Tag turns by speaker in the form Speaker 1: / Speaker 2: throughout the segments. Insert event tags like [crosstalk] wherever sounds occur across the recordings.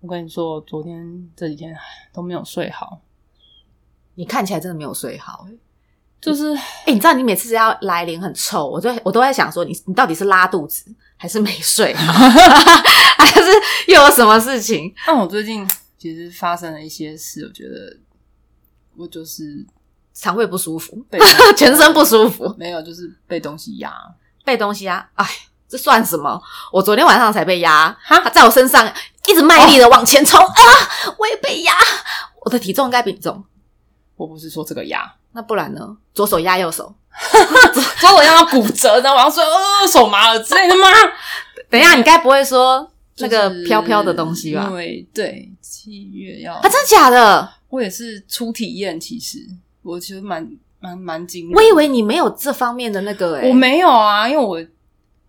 Speaker 1: 我跟你说，我昨天这几天都没有睡
Speaker 2: 嗯
Speaker 1: 好，
Speaker 2: 你看起来真的没有睡好、欸。
Speaker 1: 就是
Speaker 2: 哎、你知道你每次只要来临很臭，我就我都在想说你你到底是拉肚子还是没睡 [laughs] 好，还是又有什么事情？
Speaker 1: 但我最近其实发生了一些事，我觉得我就是
Speaker 2: 肠胃不舒服， [laughs]
Speaker 1: 被东西
Speaker 2: 全身不舒服，
Speaker 1: 没有，就是被东西压。
Speaker 2: 被东西压，哎，这算什么？我昨天晚上才被压，
Speaker 1: 哈
Speaker 2: 它在我身上一直卖力的往前冲、啊！我也被压，我的体重应该比你重，
Speaker 1: 我不是说这个压，
Speaker 2: 那不然呢？左手压右手，
Speaker 1: 所以我要骨折，然后我要说呃手麻了之类的吗？
Speaker 2: 等一下，你该不会说那个
Speaker 1: 就是
Speaker 2: 飘飘的东西吧
Speaker 1: 因？为对七月要，
Speaker 2: 嗯啊，真的假的？
Speaker 1: 我也是初体验，其实我其实蛮蛮蛮惊讶的。
Speaker 2: 我以为你没有这方面的那个、欸，
Speaker 1: 嗯我，没有啊，因为我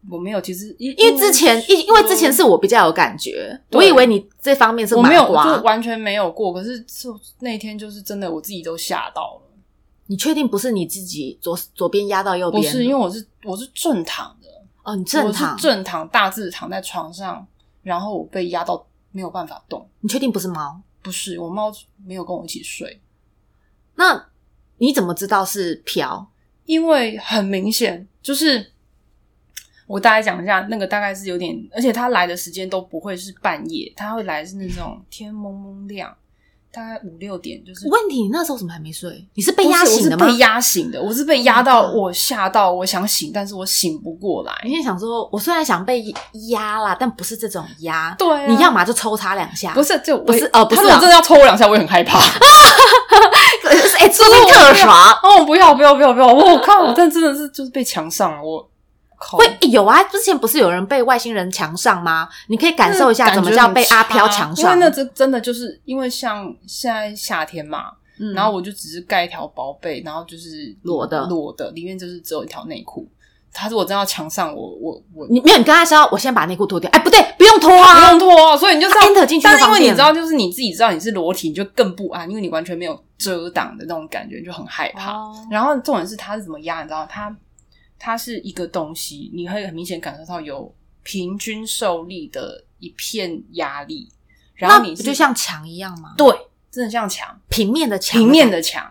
Speaker 1: 我没有，其实因嗯
Speaker 2: 因为之前因因为之前是我比较有感觉，
Speaker 1: 对
Speaker 2: 我以为你这方面是
Speaker 1: 我没有，我
Speaker 2: 麻
Speaker 1: 就
Speaker 2: 瓜。
Speaker 1: 完全没有过。可是就那天就是真的，我自己都吓到了。
Speaker 2: 你确定不是你自己左左边压到右
Speaker 1: 不
Speaker 2: 边？
Speaker 1: 是因为我是我是正躺的，
Speaker 2: 哦，你正
Speaker 1: 我
Speaker 2: 躺
Speaker 1: 是，正躺大致躺在床上，然后我被压到没有办法动。
Speaker 2: 你确定不是猫？
Speaker 1: 不是，我猫没有跟我一起睡，
Speaker 2: 那你怎么知道是飘？
Speaker 1: 因为很明显就是。我大概讲一下，那个大概是有点，而且它来的时间都不会是半夜，它会来是那种天蒙蒙亮，大概五六点，就是
Speaker 2: 我问你，你那时候怎么还没睡？你是被
Speaker 1: 不
Speaker 2: 压
Speaker 1: 是
Speaker 2: 醒的吗？
Speaker 1: 我是被压醒的，我是被压到
Speaker 2: 嗯
Speaker 1: 我吓到，我想醒，但是我醒不过来。
Speaker 2: 你就想说，我虽然想被压啦，但不是这种压。
Speaker 1: 对啊
Speaker 2: 你要么就抽插两下，
Speaker 1: 不是，就我
Speaker 2: 不是哦不
Speaker 1: 他
Speaker 2: 是
Speaker 1: 如果
Speaker 2: 啊
Speaker 1: 真的要抽我两下，我也很害
Speaker 2: [laughs]
Speaker 1: 怕。
Speaker 2: 哎，欸说
Speaker 1: 是
Speaker 2: 不
Speaker 1: 我
Speaker 2: 定特爽。
Speaker 1: 哦，不要不要不要不要！我靠！我但真的是就是被强上了，我靠！
Speaker 2: 会欸有啊，之前不是有人被外星人强上吗？你可以感受一
Speaker 1: 嗯
Speaker 2: 下怎么叫被阿飘强
Speaker 1: 因为
Speaker 2: 上。
Speaker 1: 那真真的就是因为像现在夏天嘛，
Speaker 2: 嗯
Speaker 1: 然后我就只是盖一条薄被，然后就是
Speaker 2: 裸的
Speaker 1: 裸的，里面就是只有一条内裤。他如果真的要强上我，我我
Speaker 2: 你没有，你跟他说，我先把内裤脱掉。哎，不对，不用脱
Speaker 1: 不
Speaker 2: 啊
Speaker 1: 用。脱，所以你就知道
Speaker 2: enter 进去就
Speaker 1: 但是因
Speaker 2: 方
Speaker 1: 为你
Speaker 2: 便
Speaker 1: 知道，就是你自己知道你是裸体，你就更不安，因为你完全没有遮挡的那种感觉，你就很害怕。
Speaker 2: 哦
Speaker 1: 然后重点是它是怎么压，你知道它它是一个东西，你会很明显感受到有平均受力的一片压力，然
Speaker 2: 那
Speaker 1: 后你
Speaker 2: 不
Speaker 1: 是
Speaker 2: 就像墙一样吗？
Speaker 1: 对，真的像墙，
Speaker 2: 平面的墙，
Speaker 1: 平面，的墙，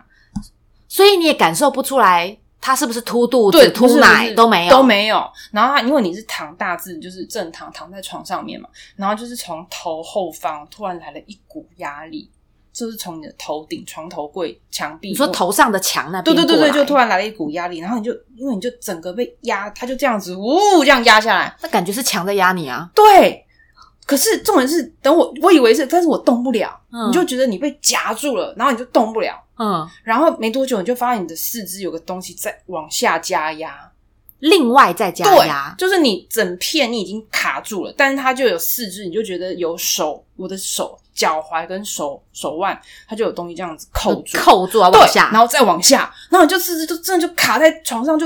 Speaker 2: 所以你也感受不出来它是不是凸肚
Speaker 1: 对，
Speaker 2: 子、
Speaker 1: 不是
Speaker 2: 凸
Speaker 1: 不
Speaker 2: 奶
Speaker 1: 是
Speaker 2: 都没有，
Speaker 1: 都。没有。然后它因为你是躺大字，就是正躺躺在床上面嘛，然后就是从头后方突然来了一股压力，就是从你的头顶、床头柜、墙壁，
Speaker 2: 你说
Speaker 1: 或
Speaker 2: 头上的墙那
Speaker 1: 对
Speaker 2: 边
Speaker 1: 对
Speaker 2: 过来，
Speaker 1: 对对，就突然来了一股压力，然后你就因为你就整个被压，它就这样子呜这样压下来。
Speaker 2: 那感觉是墙在压你啊。
Speaker 1: 对，可是重点是，等我我以为是，但是我动不了，
Speaker 2: 嗯
Speaker 1: 你就觉得你被夹住了，然后你就动不了，
Speaker 2: 嗯，
Speaker 1: 然后没多久你就发现你的四肢有个东西在往下加压，
Speaker 2: 另外再加
Speaker 1: 对
Speaker 2: 压，
Speaker 1: 就是你整片你已经卡住了，但是它就有四肢，你就觉得有手，我的手、脚踝跟手手腕，它就有东西这样子扣住，
Speaker 2: 扣住啊，
Speaker 1: 对
Speaker 2: 往下，。
Speaker 1: 然后再往下，然后你就四肢就真的就卡在床上，就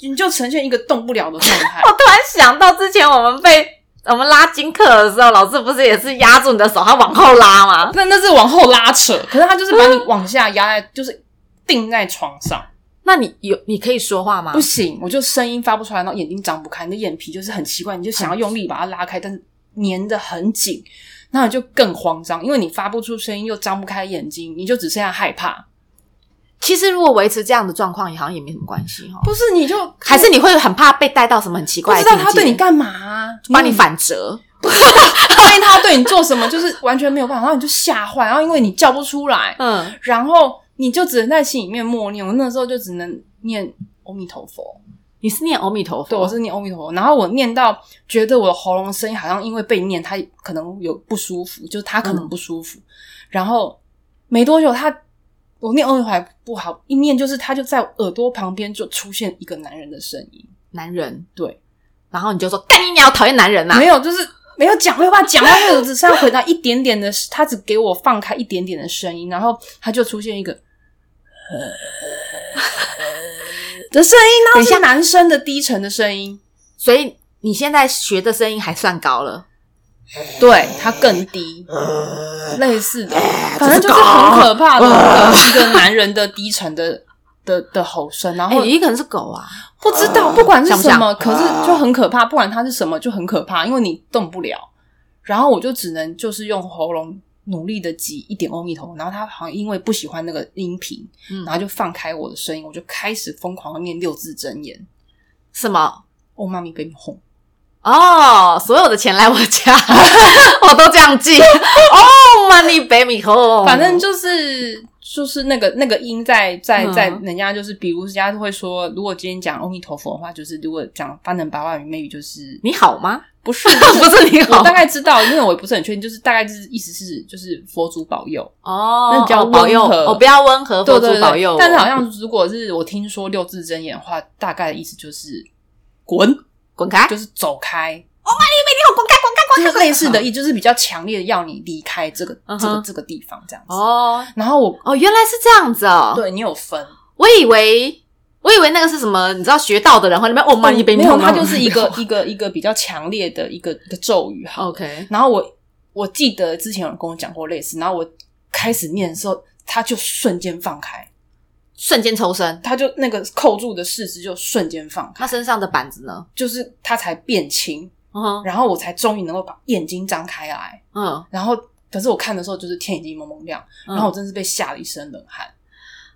Speaker 1: 你就呈现一个动不了的状态
Speaker 2: [laughs] 我突然想到之前我们被我们拉筋课的时候，老师不是也是压住你的手，他往后拉吗？
Speaker 1: 那那是往后拉扯，可是他就是把你往下压在，就是定在床上，
Speaker 2: 那你有你可以说话吗
Speaker 1: 不？行，我就声音发不出来，然后眼睛张不开，你的眼皮就是很奇怪，你就想要用力把它拉开，但是粘得很紧，那你就更慌张，因为你发不出声音又张不开眼睛，你就只剩下害怕。
Speaker 2: 其实如果维持这样的状况，也好像也没什么关系哈。
Speaker 1: 不是，你就
Speaker 2: 还是你会很怕被带到什么很奇
Speaker 1: 不
Speaker 2: 怪的
Speaker 1: 知
Speaker 2: 境
Speaker 1: 道
Speaker 2: 界，
Speaker 1: 他对你干嘛、啊，
Speaker 2: 把你反折。
Speaker 1: 万一他对你做什么，就是完全没有办法，然后你就吓坏，然后因为你叫不出来，
Speaker 2: 嗯，
Speaker 1: 然后你就只能在心里面默念，我那时候就只能念阿弥陀佛。
Speaker 2: 你是念阿弥陀佛，
Speaker 1: 对，我是念阿弥陀佛，然后我念到觉得我的喉咙声音好像因为被念，它可能有不舒服，就是它
Speaker 2: 嗯
Speaker 1: 可能不舒服。然后没多久它，我念阿弥陀佛还不好，一念就是它就在耳朵旁边就出现一个男人的声音，
Speaker 2: 男人，
Speaker 1: 对，
Speaker 2: 然后你就说干你鸟，讨厌男人啊呐、
Speaker 1: 没有，就是没有讲，没有办法讲，但是我只是要回答一点点的，他只给我放开一点点的声音，然后他就出现一个。呃 [laughs] 的声音，然后
Speaker 2: 等一
Speaker 1: 是
Speaker 2: 下
Speaker 1: 男生的低沉的声音，
Speaker 2: 所以你现在学的声音还算高了，
Speaker 1: 对，它更低，类似的，反正就是
Speaker 2: 呃
Speaker 1: 很
Speaker 2: 哎这是
Speaker 1: 可怕的
Speaker 2: 狗
Speaker 1: 呃一个男人的低沉的的的吼声，然
Speaker 2: 哎、
Speaker 1: 后
Speaker 2: 你一个人是狗啊，
Speaker 1: 不知道不管是
Speaker 2: 想不
Speaker 1: 什
Speaker 2: 想呃
Speaker 1: 么，可是就很可怕，不管它是什么就很可怕，因为你动不了。然后我就只能就是用喉咙努力的挤一点欧米头，然后他好像因为不喜欢那个音频，
Speaker 2: 嗯
Speaker 1: 然后就放开我的声音，我就开始疯狂的念六字真言。
Speaker 2: 什么？
Speaker 1: 哦，妈咪被你哄，
Speaker 2: 哦，所有的钱来我家， [laughs] 我都这
Speaker 1: [laughs]
Speaker 2: 样记。哦，money baby home，
Speaker 1: 反正就是就是那个那个音在在
Speaker 2: 嗯
Speaker 1: 在，人家就是比如人家会说，如果今天讲阿弥陀佛的话，就是如果讲翻成白话语，maybe 就是
Speaker 2: 你好吗？
Speaker 1: [laughs] 不是
Speaker 2: 哦不是你好
Speaker 1: 我大概知道，因为我也不是很确定，就是大概就是意思是就是佛祖保佑，
Speaker 2: 哦，
Speaker 1: 那比较
Speaker 2: 哦保佑，
Speaker 1: 温和
Speaker 2: 哦，不要温和，
Speaker 1: 对
Speaker 2: 佛
Speaker 1: 对
Speaker 2: 祖
Speaker 1: 对，
Speaker 2: 保佑我。
Speaker 1: 但是好像如果是我听说六字真言的话，大概的意思就是滚，
Speaker 2: 滚开，
Speaker 1: 就是走开，
Speaker 2: 你好，滚开，滚开，滚
Speaker 1: 就是类似的意，就是比较强烈的要你离开这个这
Speaker 2: 嗯
Speaker 1: 个
Speaker 2: 哼
Speaker 1: 这个地方这样子。
Speaker 2: 哦
Speaker 1: 然后我
Speaker 2: 哦，原来是这样子哦。
Speaker 1: 对你有分，
Speaker 2: 我以为我以为那个是什么，你知道学道的人会那边哦
Speaker 1: 没
Speaker 2: money baby
Speaker 1: 有，
Speaker 2: home，
Speaker 1: 它就是一
Speaker 2: [laughs]
Speaker 1: 个一个一个比较强烈的一个一个咒语哈。
Speaker 2: OK，
Speaker 1: 然后我我记得之前有人跟我讲过类似，然后我开始念的时候，它就瞬间放开，
Speaker 2: 瞬间抽身。
Speaker 1: 它就那个扣住的四肢就瞬间放开，
Speaker 2: 他身上的板子呢？
Speaker 1: 就是它才变轻。
Speaker 2: 嗯哼
Speaker 1: 然后我才终于能够把眼睛张开来。
Speaker 2: 嗯，
Speaker 1: 然后，可是我看的时候，就是天已经蒙蒙亮，
Speaker 2: 然
Speaker 1: 然后我真是被吓了一身冷汗，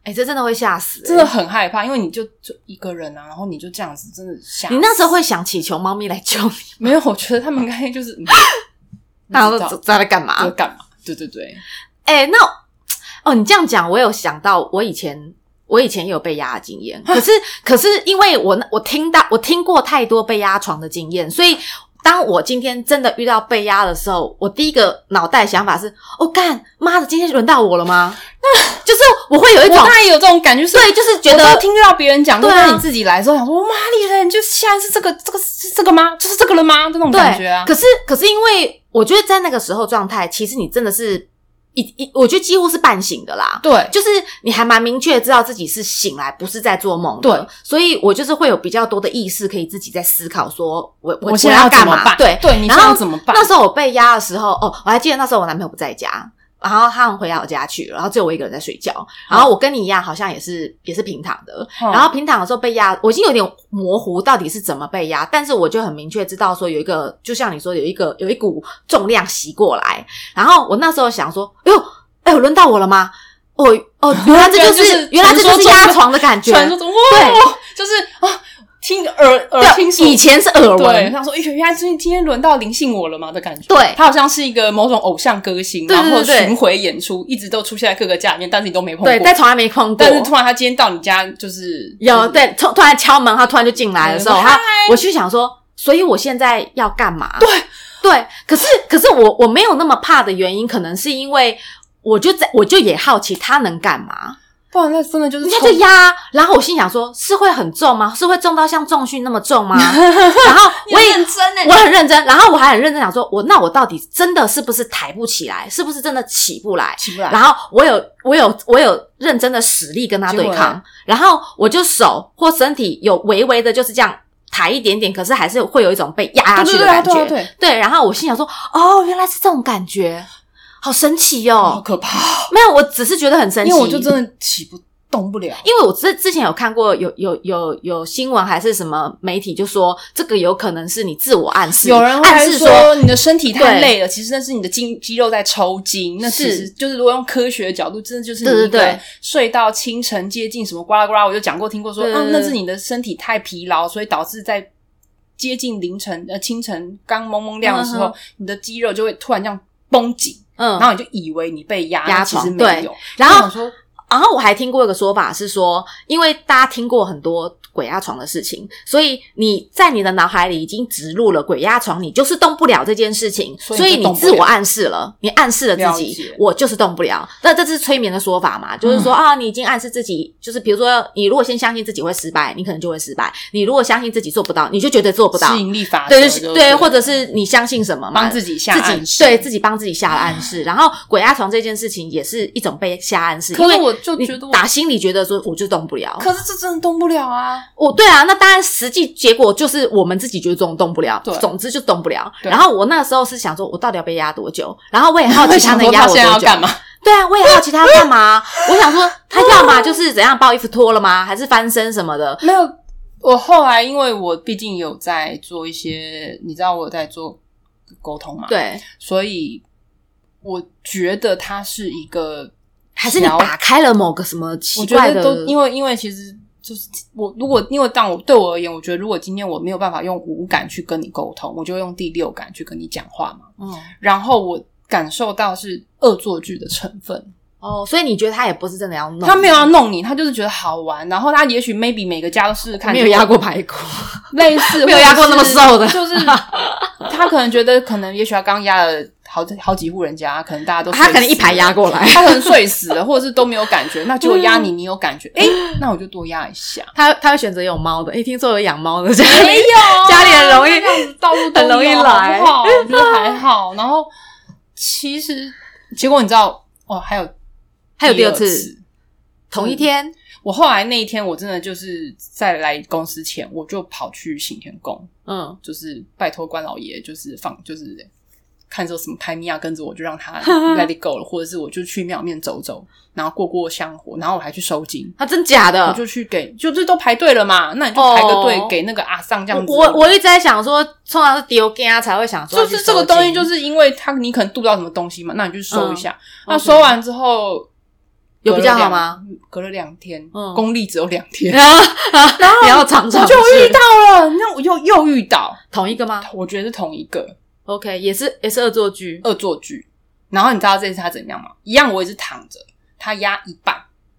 Speaker 2: 哎、这真的会吓死、欸，
Speaker 1: 真的。很害怕，因为你就就一个人啊，然后你就这样子，真的吓死。
Speaker 2: 你那时候会想祈求猫咪来救你，
Speaker 1: 没有？我觉得他们应该就是
Speaker 2: [laughs]
Speaker 1: 嗯
Speaker 2: 大家
Speaker 1: 不知
Speaker 2: 都
Speaker 1: 道
Speaker 2: 知道在干嘛
Speaker 1: 在？干嘛？对对对，
Speaker 2: 哎、那哦，你这样讲，我有想到我以前。我以前也有被压的经验，
Speaker 1: [laughs]
Speaker 2: 可是可是因为我那我听到我听过太多被压床的经验，所以当我今天真的遇到被压的时候，我第一个脑袋想法是：哦，干妈的，今天轮到我
Speaker 1: [laughs]
Speaker 2: 了吗？就是我会有一
Speaker 1: 我
Speaker 2: 种
Speaker 1: 大概有这种感觉，是
Speaker 2: 哎对，就是觉
Speaker 1: 我
Speaker 2: 得
Speaker 1: 都听到别人讲，
Speaker 2: 对啊
Speaker 1: 但是你自己来的时候想说，妈丽人，就现在是这个这个是这个吗？就是这个了吗？这种
Speaker 2: 对，
Speaker 1: 感觉啊，
Speaker 2: 可是可是因为我觉得在那个时候状态，其实你真的是一一，我觉得几乎是半醒的啦。
Speaker 1: 对，
Speaker 2: 就是你还蛮明确知道自己是醒来，不是在做梦的。
Speaker 1: 对，
Speaker 2: 所以我就是会有比较多的意识，可以自己在思考说我，我
Speaker 1: 现在
Speaker 2: 要
Speaker 1: 怎
Speaker 2: 干
Speaker 1: 么
Speaker 2: 嘛？
Speaker 1: 办？
Speaker 2: 对，
Speaker 1: 对，你现在
Speaker 2: 然
Speaker 1: 要
Speaker 2: 后
Speaker 1: 怎么办？
Speaker 2: 那时候我被压的时候，哦，我还记得那时候我男朋友不在家，然后他们回老家去了，然后只有我一个人在睡觉。然后我跟你一样，好像也是也是平躺的，
Speaker 1: 嗯
Speaker 2: 然后平躺的时候被压，我已经有点模糊到底是怎么被压，但是我就很明确知道说有一个，就像你说有一个有一股重量袭过来，然后我那时候想说，哎呦，哎呦，轮到我了吗？哦哦，原来这就是 [laughs] 原来这就是压床的感觉，
Speaker 1: 传说中哇，就是啊，听耳耳听
Speaker 2: 对，以前是耳
Speaker 1: 对，
Speaker 2: 闻，
Speaker 1: 他说哎原来最近今天轮到灵性我了吗的感觉。
Speaker 2: 对
Speaker 1: 他好像是一个某种偶像歌星，
Speaker 2: 对对
Speaker 1: 然后
Speaker 2: 对对
Speaker 1: 巡回演出，一直都出现在各个家里面，但是你都没碰过。 [laughs]
Speaker 2: 对，但从来没碰过，
Speaker 1: 但是突然他今天到你家，就是
Speaker 2: 有，对，突突然敲门，他突然就进来的时候，
Speaker 1: 嗯
Speaker 2: 他我就想说，所以我现在要干嘛？对对，可是可是我我没有那么怕的原因，可能是因为我就在我就也好奇他能干嘛，
Speaker 1: 不然那真的就是
Speaker 2: 人家就压，然后我心想说，是会很重吗？是会重到像重训那么重 [laughs] 吗？然后我也。
Speaker 1: 真
Speaker 2: 我很认真，然后我还很认真想说，我那我到底真的是不是抬不起来，是不是真的起不来？
Speaker 1: 起不来，
Speaker 2: 然后我有我有我有认真的实力跟他对
Speaker 1: 结果呢
Speaker 2: 抗，然后我就手或身体有微微的就是这样抬一点点，可是还是会有一种被压下
Speaker 1: 对
Speaker 2: 去
Speaker 1: 对
Speaker 2: 的
Speaker 1: 对啊
Speaker 2: 感
Speaker 1: 对
Speaker 2: 觉。
Speaker 1: 啊对，
Speaker 2: 对然后我心想说，哦，原来是这种感觉，好神奇
Speaker 1: 好
Speaker 2: 哦！
Speaker 1: 可怕，
Speaker 2: 没有，我只是觉得很神奇，
Speaker 1: 因为我就真的起不动不了。
Speaker 2: 因为我之之前有看过有有有有新闻还是什么媒体就说这个有可能是你自我暗示，
Speaker 1: 有人
Speaker 2: 暗
Speaker 1: 还
Speaker 2: 示
Speaker 1: 说你的身体太
Speaker 2: 对
Speaker 1: 累了，其实那是你的筋肌肉在抽筋。那其实
Speaker 2: 是
Speaker 1: 就是如果用科学的角度，真的就是你
Speaker 2: 对
Speaker 1: 一
Speaker 2: 对
Speaker 1: 个
Speaker 2: 对
Speaker 1: 睡到清晨接近什么呱啦呱啦，我就讲过听过说，
Speaker 2: 对对
Speaker 1: 嗯，
Speaker 2: 对
Speaker 1: 那是你的身体太疲劳，所以导致在接近凌晨呃清晨刚蒙蒙亮的时候，
Speaker 2: 嗯
Speaker 1: 你的肌肉就会突然这样绷紧，
Speaker 2: 嗯
Speaker 1: 然，后你就以为你被压，
Speaker 2: 压
Speaker 1: 其实
Speaker 2: 床
Speaker 1: 没
Speaker 2: 对
Speaker 1: 有。
Speaker 2: 然后
Speaker 1: 我想说
Speaker 2: 然后我还听过一个说法是说，因为大家听过很多鬼压床的事情，所以你在你的脑海里已经植入了鬼压床，你就是动不了这件事情，
Speaker 1: 所
Speaker 2: 所
Speaker 1: 以你就
Speaker 2: 你自我暗示了，你暗示了自
Speaker 1: 了
Speaker 2: 己
Speaker 1: 解，嗯
Speaker 2: 我就是动不了。那这是催眠的说法嘛？就是说、啊，你已经暗示自己，就是比如说，你如果先相信自己会失败，你可能就会失败；你如果相信自己做不到，你就觉得做不到
Speaker 1: 吸。引力法则，
Speaker 2: 对
Speaker 1: 就是
Speaker 2: 对对，或者是你相信什么嘛
Speaker 1: 帮？呃自己下暗
Speaker 2: 自己
Speaker 1: 示
Speaker 2: 对自己帮自己下了暗示，然后鬼压床这件事情也是一种被下暗示，
Speaker 1: 可
Speaker 2: 因
Speaker 1: 是
Speaker 2: 为
Speaker 1: 我就
Speaker 2: 你
Speaker 1: 觉得我
Speaker 2: 打心里觉得说我就动不了。
Speaker 1: 可是这真的动不了啊！
Speaker 2: 我对啊，那当然实际结果就是我们自己觉得动动不了
Speaker 1: 对，
Speaker 2: 总之就动不了。
Speaker 1: 对
Speaker 2: 然后我那时候是想说，我到底要被压多久？然后我也好
Speaker 1: 我
Speaker 2: 奇他
Speaker 1: 想
Speaker 2: 能
Speaker 1: 说
Speaker 2: 压
Speaker 1: 他
Speaker 2: 我
Speaker 1: 现
Speaker 2: 多
Speaker 1: 在要
Speaker 2: 久
Speaker 1: 干。
Speaker 2: [laughs]
Speaker 1: 嘛？
Speaker 2: 对啊，我也好奇他要干嘛。我想说，他要么就是怎样把我衣服脱了吗？还是翻身什么的？
Speaker 1: 没有，我后来因为我毕竟有在做一些，你知道我有在做沟通嘛，，
Speaker 2: 对，
Speaker 1: 所以我觉得它是一个，
Speaker 2: 还是你打开了某个什么奇
Speaker 1: 我觉
Speaker 2: 怪
Speaker 1: 得
Speaker 2: 的？
Speaker 1: 都因为因为其实。就是我，如果因为当我对我而言，我觉得如果今天我没有办法用五感去跟你沟通，我就会用第六感去跟你讲话嘛。
Speaker 2: 嗯
Speaker 1: 然后我感受到是恶作剧的成分，
Speaker 2: 哦，所以你觉得他也不是真的要弄
Speaker 1: 他没有要弄你，他就是觉得好玩。然后他也许 maybe 每个家都试试看，
Speaker 2: 没有压过排骨，
Speaker 1: 类似，
Speaker 2: [laughs] 没有压过那么瘦
Speaker 1: 或者
Speaker 2: 的
Speaker 1: 是就是他可能觉得，可能也许他刚压了好好几户人家，可能大家都
Speaker 2: 啊他可能一排压
Speaker 1: 过，
Speaker 2: 过来，
Speaker 1: 他可能睡死了，或者是都没有感觉。那结果压你，你有
Speaker 2: [laughs]
Speaker 1: 感觉，诶，那我就多压一下。
Speaker 2: [laughs] 他他会选择有猫的。诶，听说有养猫的家里
Speaker 1: 没有，
Speaker 2: 家里很容易
Speaker 1: 这样子到处都有
Speaker 2: 啊很容易来
Speaker 1: 好不好我觉得还好。然后其实结果你知道哦，还有
Speaker 2: 还有第二
Speaker 1: 第
Speaker 2: 次
Speaker 1: 二，
Speaker 2: 同一天，
Speaker 1: 我后来那一天，我真的就是在来公司前，我就跑去行天宫，
Speaker 2: 嗯，
Speaker 1: 就是拜托关老爷，就是放，就是看说什么拍米啊娅跟着我，就让 [laughs] 他 let it go 了，或者是我就去庙面走走，然后过过香火，然后我还去收金。
Speaker 2: 他、真假
Speaker 1: 我
Speaker 2: 的？
Speaker 1: 就去给，就是都排队了嘛，那你就排个队
Speaker 2: 哦
Speaker 1: 给那个阿桑这样子。
Speaker 2: 我我一直在想说，通常是丢给他才会想说要
Speaker 1: 就
Speaker 2: 去收
Speaker 1: 是
Speaker 2: 集，
Speaker 1: 这个东西，就是因为它你可能度到什么东西嘛，那你就收一下。那
Speaker 2: OK
Speaker 1: 收完之后
Speaker 2: 有
Speaker 1: 隔了
Speaker 2: 比较好
Speaker 1: 两
Speaker 2: 吗？
Speaker 1: 隔了两天，
Speaker 2: 嗯
Speaker 1: 功力只有两天，
Speaker 2: [laughs] 然
Speaker 1: [laughs]
Speaker 2: 后然后你要常
Speaker 1: 我
Speaker 2: 常
Speaker 1: 就遇
Speaker 2: 是
Speaker 1: 到了，那我又又遇到，
Speaker 2: 同一个吗
Speaker 1: 我觉得是同一个
Speaker 2: ？OK，也是也是恶作剧，
Speaker 1: 恶作剧。然后你知道这次他怎么样吗？一样，我也是躺着，他压一半，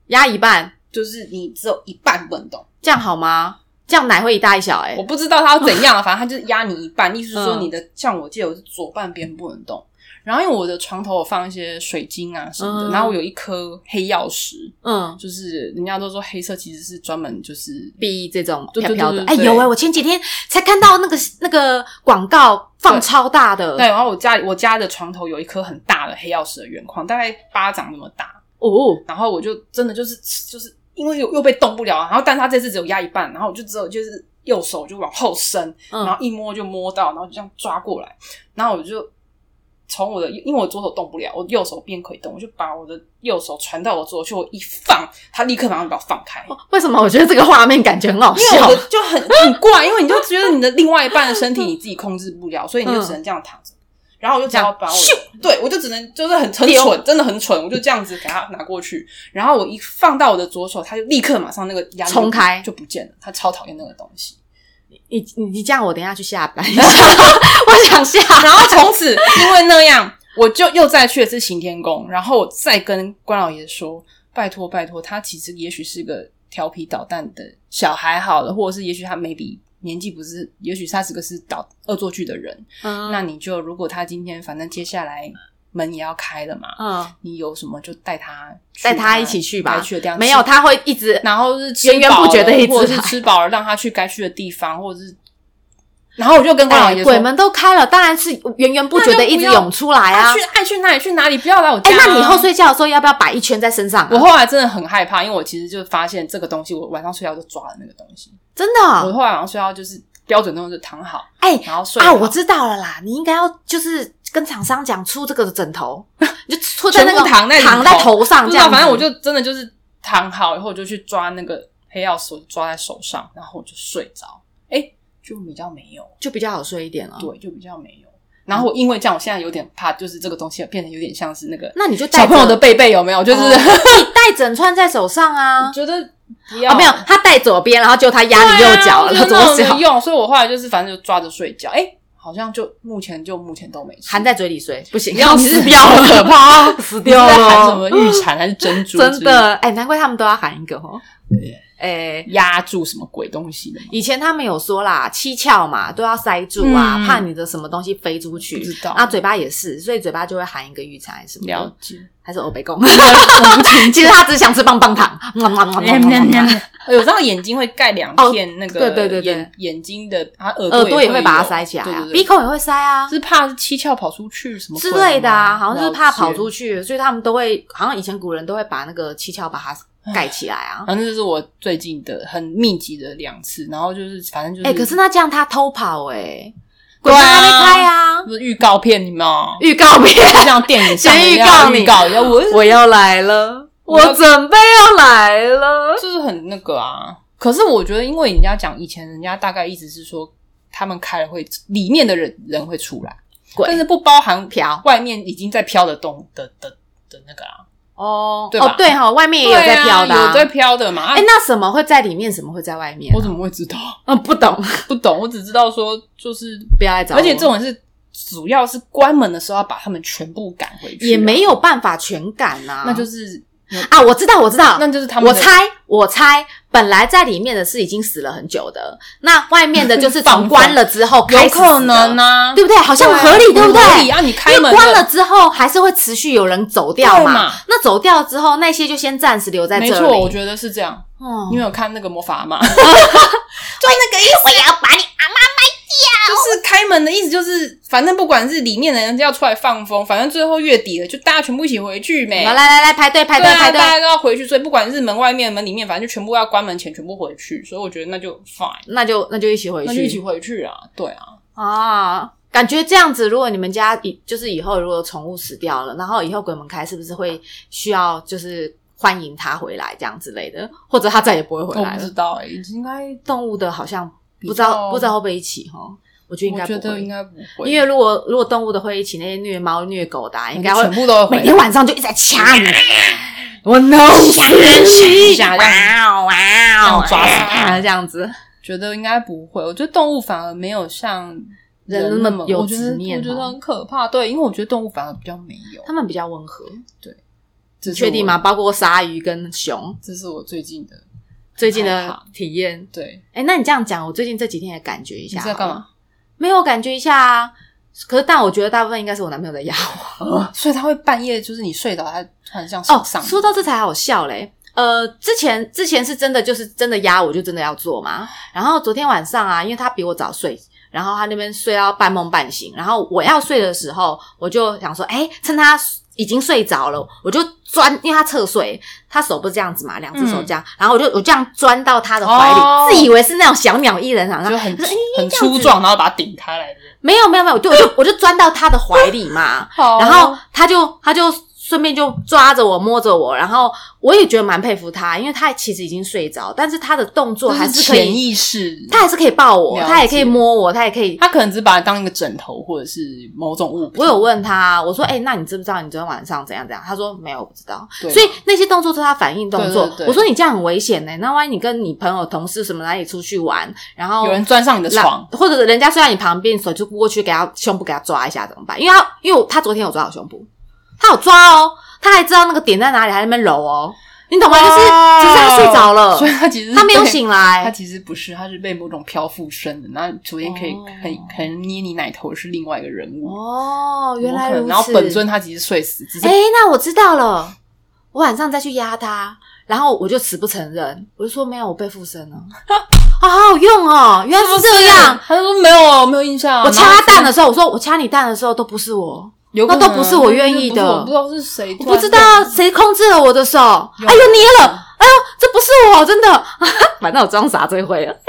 Speaker 2: 压一半，
Speaker 1: 就是你只有一半不能动。
Speaker 2: 这样好吗？这样奶会一大一小、欸，
Speaker 1: 我不知道他要怎样啊 [laughs] 了，反正他就是压你一半，意思是说
Speaker 2: 嗯
Speaker 1: 你的，像我记得我是左半边不能动。然后因为我的床头有放一些水晶啊什么的，
Speaker 2: 嗯
Speaker 1: 然后我有一颗黑曜石，
Speaker 2: 嗯，
Speaker 1: 就是人家都说黑色其实是专门就是
Speaker 2: 避这种
Speaker 1: 对
Speaker 2: 飘
Speaker 1: 对
Speaker 2: 飘的
Speaker 1: 对，
Speaker 2: 哎、
Speaker 1: 对
Speaker 2: 有哎、我前几天才看到那个那个广告放超大的，
Speaker 1: 对，然后我家里我家的床头有一颗很大的黑曜石的原矿，大概巴掌那么大，
Speaker 2: 哦，
Speaker 1: 然后我就真的就是就是因为又又被动不了，啊然后但他这次只有压一半，然后我就只有就是右手就往后伸，然
Speaker 2: 嗯
Speaker 1: 后一摸就摸到，然后就这样抓过来，然后我就从我的，因为我左手动不了，我右手边可以动，我就把我的右手传到我左手去，我一放，他立刻马上把我放开，
Speaker 2: 为什么我觉得这个画面感觉很好
Speaker 1: 因为
Speaker 2: 笑
Speaker 1: 我？的就很很怪，因为你就觉得你的另外一半的身体你自己控制不了，所以你就只能这样躺着。然后我就只好把我的
Speaker 2: 嗯这样，
Speaker 1: 对我就只能就是很很
Speaker 2: 丢
Speaker 1: 蠢，真的很蠢，我就这样子给他拿过去。然后我一放到我的左手，他就立刻马上那个压力就
Speaker 2: 冲开
Speaker 1: 就不见了。他超讨厌那个东西。
Speaker 2: 你你你这样，我等一下去下
Speaker 1: [laughs]
Speaker 2: 班， [laughs] 我想下，
Speaker 1: 然后从此因为那样，我就又再去了一次行天宫，然后我再跟关老爷说：“拜托，拜托，他其实也许是个调皮捣蛋的小孩，好了，或者是也许他 maybe 年纪不是，也许他是个是捣恶作剧的人。
Speaker 2: 嗯
Speaker 1: 那你就如果他今天反正接下来门也要开了嘛，
Speaker 2: 嗯，
Speaker 1: 你有什么就带他去
Speaker 2: 带他一起去吧
Speaker 1: 该去的地方
Speaker 2: 没有，他会一直
Speaker 1: 然后是吃
Speaker 2: 源源
Speaker 1: 饱
Speaker 2: 不绝
Speaker 1: 了
Speaker 2: 的一直
Speaker 1: 或者是
Speaker 2: 来
Speaker 1: 吃饱了让他去该去的地方，或者是。”然后我就跟关老
Speaker 2: 哎
Speaker 1: 爷说：“
Speaker 2: 鬼门都开了，当然是源源不绝的一直涌出来啊
Speaker 1: 爱！去爱去哪里去哪里，不要来我家、
Speaker 2: 哎、
Speaker 1: 啊
Speaker 2: 那你以后睡觉的时候要不要摆一圈在身上、啊？
Speaker 1: 我后来真的很害怕，因为我其实就发现这个东西，我晚上睡觉就抓了那个东西。
Speaker 2: 真的
Speaker 1: 我
Speaker 2: 哦，
Speaker 1: 后来晚上睡觉就是标准动作，就躺好，
Speaker 2: 哎、
Speaker 1: 然后睡
Speaker 2: 啊，
Speaker 1: 好
Speaker 2: 我知道了啦，你应该要就是跟厂商讲出这个枕头，
Speaker 1: [laughs]
Speaker 2: 你就出在
Speaker 1: 全
Speaker 2: 那
Speaker 1: 部
Speaker 2: 个
Speaker 1: 躺在里头
Speaker 2: 躺在头上
Speaker 1: 不
Speaker 2: 这
Speaker 1: 知道，
Speaker 2: 样。
Speaker 1: 反正我就真的就是躺好，然后我就去抓那个黑曜石，我就抓在手上，然后我就睡着。哎、就比较没有，
Speaker 2: 就比较好睡一点了。，
Speaker 1: 对，就比较没有。然后我因为这样，我现在有点怕，就是这个东西变得有点像是那个
Speaker 2: 那你就带
Speaker 1: 小朋友
Speaker 2: 着
Speaker 1: 的贝贝有没有？就是、 [laughs]
Speaker 2: 哦你带整串在手上啊
Speaker 1: 我。觉得不 [laughs] 要、
Speaker 2: 哦，没有，他带左边，然后就他压你
Speaker 1: 对
Speaker 2: 右脚，
Speaker 1: 啊、
Speaker 2: 然后
Speaker 1: 我觉得那
Speaker 2: 左
Speaker 1: 种
Speaker 2: 脚
Speaker 1: 没用，所以我后来就是反正就抓着睡觉，哎、好像就目前就目前都没吃
Speaker 2: 含在嘴里睡，不行，
Speaker 1: 你要死
Speaker 2: 死掉
Speaker 1: 好
Speaker 2: 了，
Speaker 1: 可怕
Speaker 2: [laughs]
Speaker 1: 哦
Speaker 2: 死掉
Speaker 1: 你是在含
Speaker 2: 了，
Speaker 1: 什么玉蝉
Speaker 2: [laughs]
Speaker 1: 还是珍珠之类？
Speaker 2: 真的，哎、难怪他们都要喊一个哦。哎、
Speaker 1: 压住什么鬼东西的吗？
Speaker 2: 以前他们有说啦，七窍嘛都要塞住啊，
Speaker 1: 嗯
Speaker 2: 怕你的什么东西飞出去。
Speaker 1: 不知道
Speaker 2: 啊，嘴巴也是，所以嘴巴就会含一个玉蝉还是什么的
Speaker 1: 了，解，
Speaker 2: 还是欧 [laughs] 贝贡。其实他只想吃棒棒糖。
Speaker 1: 有时候眼睛会盖两片那个
Speaker 2: 哦对对对对
Speaker 1: 眼眼睛的，啊耳
Speaker 2: [laughs] 耳朵也
Speaker 1: 会
Speaker 2: 会
Speaker 1: 有
Speaker 2: 把它塞起来啊
Speaker 1: 对，对
Speaker 2: 鼻
Speaker 1: 对
Speaker 2: 孔也会塞啊
Speaker 1: 是怕七窍跑出去什么
Speaker 2: 之类的啊，好像是怕跑出
Speaker 1: 去。
Speaker 2: 去，所以他们都会，好像以前古人都会把那个七窍把它盖起来啊。
Speaker 1: 反正这是我最近的很密集的两次，然后就是反正就是
Speaker 2: 哎，可是那这样他偷跑哎，鬼
Speaker 1: 对
Speaker 2: 门
Speaker 1: 啊
Speaker 2: 还没开啊，
Speaker 1: 不是预告片你们哦
Speaker 2: 预告片，
Speaker 1: 就像电影上
Speaker 2: 先
Speaker 1: 一
Speaker 2: 预
Speaker 1: 样
Speaker 2: 告你
Speaker 1: 预告一下，我
Speaker 2: 我要来了，
Speaker 1: 我
Speaker 2: 我准备要来了。
Speaker 1: 就是很那个啊。可是我觉得，因为人家讲以前人家大概意思是说，他们开了会里面的人人会出来，
Speaker 2: 贵
Speaker 1: 但是不包含
Speaker 2: 飘
Speaker 1: 外面已经在飘的动的的的那个啊，
Speaker 2: 哦
Speaker 1: 对吧
Speaker 2: 哦，对哈、外面也有
Speaker 1: 对
Speaker 2: 在飘的、
Speaker 1: 啊，有在。飘的嘛。啊
Speaker 2: 哎、那什么会在里面，什么会在外面啊、
Speaker 1: 我怎么会知道？
Speaker 2: 嗯不懂，
Speaker 1: 不懂，我只知道说就是，
Speaker 2: 不要来找我。
Speaker 1: 而且这种是主要是关门的时候要把他们全部赶回去啊，
Speaker 2: 也没有办法全赶啊，
Speaker 1: 那就是
Speaker 2: 啊，我知道，我知道，
Speaker 1: 那就是他们
Speaker 2: 我
Speaker 1: 的
Speaker 2: 猜，我猜，本来在里面的是已经死了很久的，那外面的就是从关了之后
Speaker 1: 有
Speaker 2: 开始死的
Speaker 1: 可能啊，
Speaker 2: 对不对？好像
Speaker 1: 对啊
Speaker 2: 合理，对不对？
Speaker 1: 合理啊，你开
Speaker 2: 因
Speaker 1: 门
Speaker 2: 为关了之后，还是会持续有人走掉
Speaker 1: 对
Speaker 2: 嘛。
Speaker 1: 嘛
Speaker 2: 那走掉之后，那些就先暂时留在这
Speaker 1: 没
Speaker 2: 里。
Speaker 1: 错，我觉得是这样。
Speaker 2: 嗯
Speaker 1: 你有看那个魔法
Speaker 2: [laughs]
Speaker 1: 吗？
Speaker 2: 就那个意思，我要把你阿妈
Speaker 1: 就是开门的意思，就是反正不管是里面的人要出来放风，反正最后月底了，就大家全部一起回去没？
Speaker 2: 哎来来来，排队排队
Speaker 1: 哎对啊，
Speaker 2: 排队
Speaker 1: 大。家都要回去，所以不管是门外面、门里面，反正就全部要关门前全部回去。所以我觉得那就 fine，
Speaker 2: 那就那就一起回
Speaker 1: 那就一起
Speaker 2: 去
Speaker 1: 回去啊。对啊，
Speaker 2: 啊！感觉这样子，如果你们家以就是以后如果宠物死掉了，然后以后鬼门开是不是会需要就是欢迎它回来这样之类的，或者它再也不会回
Speaker 1: 我
Speaker 2: 来
Speaker 1: 不知
Speaker 2: 了？
Speaker 1: 道哎、应该
Speaker 2: 动物的好像不知
Speaker 1: 比
Speaker 2: 道
Speaker 1: 较
Speaker 2: 不知道会不会一起哈？我觉得应
Speaker 1: 我
Speaker 2: 该
Speaker 1: 觉
Speaker 2: 不
Speaker 1: 得
Speaker 2: 会
Speaker 1: 应，该不会，
Speaker 2: 因为如果如果动物的会一起，那些虐猫虐狗的、啊、应该会
Speaker 1: 全部都会
Speaker 2: 每天晚上就一直在掐你，我 no
Speaker 1: 一
Speaker 2: 死
Speaker 1: 下这
Speaker 2: [laughs] 哇哦哇
Speaker 1: 样抓死它
Speaker 2: 这样子，
Speaker 1: 觉得应该不会。我觉得动物反而没有像
Speaker 2: 人那么
Speaker 1: 那么
Speaker 2: 有
Speaker 1: 我觉得
Speaker 2: 执念
Speaker 1: 我觉
Speaker 2: 哦
Speaker 1: 得很可怕。对，因为我觉得动物反而比较没有
Speaker 2: 他。们比较温和，
Speaker 1: 这是
Speaker 2: 确定
Speaker 1: 我
Speaker 2: 吗？？包括鲨鱼跟熊
Speaker 1: 这是我最近的
Speaker 2: 最近
Speaker 1: 害
Speaker 2: 的
Speaker 1: 怕
Speaker 2: 体验。
Speaker 1: 对。
Speaker 2: 哎，那你这样讲，我最近这几天也感觉一
Speaker 1: 你
Speaker 2: 下，啊
Speaker 1: 是在干嘛？？
Speaker 2: 没有感觉一下啊。可是，但我觉得大部分应该是我男朋友在压我。
Speaker 1: 啊所以他会半夜就是你睡着，他突然像
Speaker 2: 哦
Speaker 1: 上，上。
Speaker 2: 说到这才好笑嘞。呃，之前之前是真的就是真的压我，就真的要做嘛。然后昨天晚上啊，因为他比我早睡，然后他那边睡到半梦半醒，然后我要睡的时候，我就想说，哎，趁他已经睡着了，我就钻，因为他侧睡，他手不是这样子嘛，两只手这样，然后我就我这样钻到他的怀里，
Speaker 1: 嗯哦
Speaker 2: 自以为是那种小鸟依人，然后
Speaker 1: 就很很粗壮，然后把它顶开来的。
Speaker 2: 没有没有没有，我就我就我就钻到他的怀里嘛，
Speaker 1: 好
Speaker 2: 然后他就他就顺便就抓着我摸着我，然后我也觉得蛮佩服他，因为他其实已经睡着，但是他的动作还
Speaker 1: 是
Speaker 2: 是可
Speaker 1: 潜
Speaker 2: 以，
Speaker 1: 意识，
Speaker 2: 他还是可以抱我，
Speaker 1: 了解
Speaker 2: 他也可以摸我，他也可以。
Speaker 1: 他可能只是把它当一个枕头或者是某种物品。
Speaker 2: 我有问他，我说：“哎、那你知不知道你昨天晚上怎样怎样？”他说：“没有，我不知道。”
Speaker 1: 对
Speaker 2: 所以那些动作都是他反应动作。
Speaker 1: 对对对
Speaker 2: 我说：“你这样很危险呢、那万一你跟你朋友、同事什么哪里出去玩，然后
Speaker 1: 有人钻上你的床，
Speaker 2: 或者人家睡在你旁边，手就过去给他胸部给他抓一下，怎么办？因为他因为我他昨天有抓我胸部，他有抓哦，他还知道那个点在哪里，还在那边揉哦，你懂吗？就是
Speaker 1: 哇
Speaker 2: 只是他睡着 [laughs] 了
Speaker 1: 所，以他其实是
Speaker 2: 呃他没有
Speaker 1: 被。
Speaker 2: 醒
Speaker 1: 他
Speaker 2: 来。
Speaker 1: 其实不是，他是被某种漂附身的。那昨天可以
Speaker 2: 哦
Speaker 1: 很很捏你奶头是另外一个人物，
Speaker 2: 哦，原来
Speaker 1: 有可
Speaker 2: 如
Speaker 1: 能
Speaker 2: 此。
Speaker 1: 然后本尊他其实睡死，只是
Speaker 2: 哎、那我知道了，我晚上再去压他，然后我就死不承认，我就说没有，我被附 [laughs] 身了。啊、好好用哦，原来是这样。
Speaker 1: 他就说没有没有印象啊。
Speaker 2: 我掐他
Speaker 1: 然后
Speaker 2: 蛋的时候，我说我掐你蛋的时候都不是我，
Speaker 1: 有可能啊
Speaker 2: 那都不是我愿意的
Speaker 1: 不是我不知道是谁，
Speaker 2: 我不知道谁控制了我的手，哎呦捏了，哎呦这不是我，真的， [laughs] 反正我装傻最会了。
Speaker 1: 哦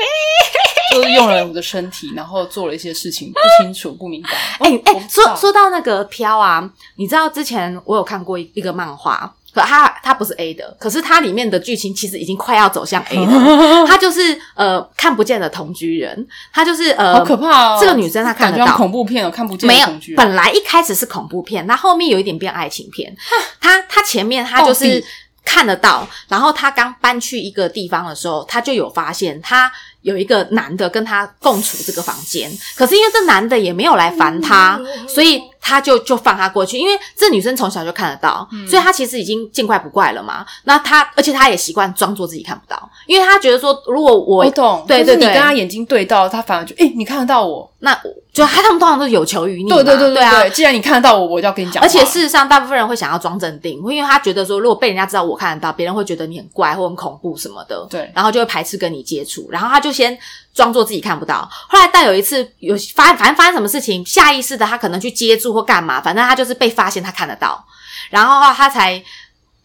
Speaker 1: 就是用了我的身体，然后做了一些事情不清楚、不明白。
Speaker 2: 哎、哎、
Speaker 1: 我不知道
Speaker 2: 说说到那个飘啊，你知道之前我有看过一一个漫画，可它它不是 A 的，可是它里面的剧情其实已经快要走向 A
Speaker 1: [laughs]
Speaker 2: 了，它就是呃看不见的同居人，它就是呃
Speaker 1: 好可怕哦！
Speaker 2: 这个女生她看
Speaker 1: 感
Speaker 2: 得
Speaker 1: 觉像
Speaker 2: 到。
Speaker 1: 恐怖片哦，看不见
Speaker 2: 没有
Speaker 1: 的恐惧，
Speaker 2: 本来一开始是恐怖片，那后面有一点变爱情片。她她前面她就
Speaker 1: 到
Speaker 2: 是
Speaker 1: 底
Speaker 2: 看得到，然后她刚搬去一个地方的时候，她就有发现她有一个男的跟她共处这个房间，可是因为这男的也没有来烦
Speaker 1: 嗯
Speaker 2: 她，所以她就就放她过去，因为这女生从小就看得到，
Speaker 1: 嗯
Speaker 2: 所以她其实已经见怪不怪了嘛。那她而且她也习惯装作自己看不到，因为她觉得说如果我
Speaker 1: 我懂。
Speaker 2: 对
Speaker 1: 就是
Speaker 2: 对对
Speaker 1: 你跟她眼睛对到，她反而就哎，你看得到我。
Speaker 2: 那我就她他们通常都是有求于你嘛，
Speaker 1: 对对对
Speaker 2: 对啊，
Speaker 1: 对，既然你看得到我，我就要跟你讲话。
Speaker 2: 而且事实上，大部分人会想要装镇定，因为他觉得说，如果被人家知道我看得到，别人会觉得你很怪或很恐怖什么的，
Speaker 1: 对
Speaker 2: 然后就会排斥跟你接触。然后他就先装作自己看不到。后来但有一次有发，反正发生什么事情，下意识的他可能去接触或干嘛，反正他就是被发现他看得到，然后他才。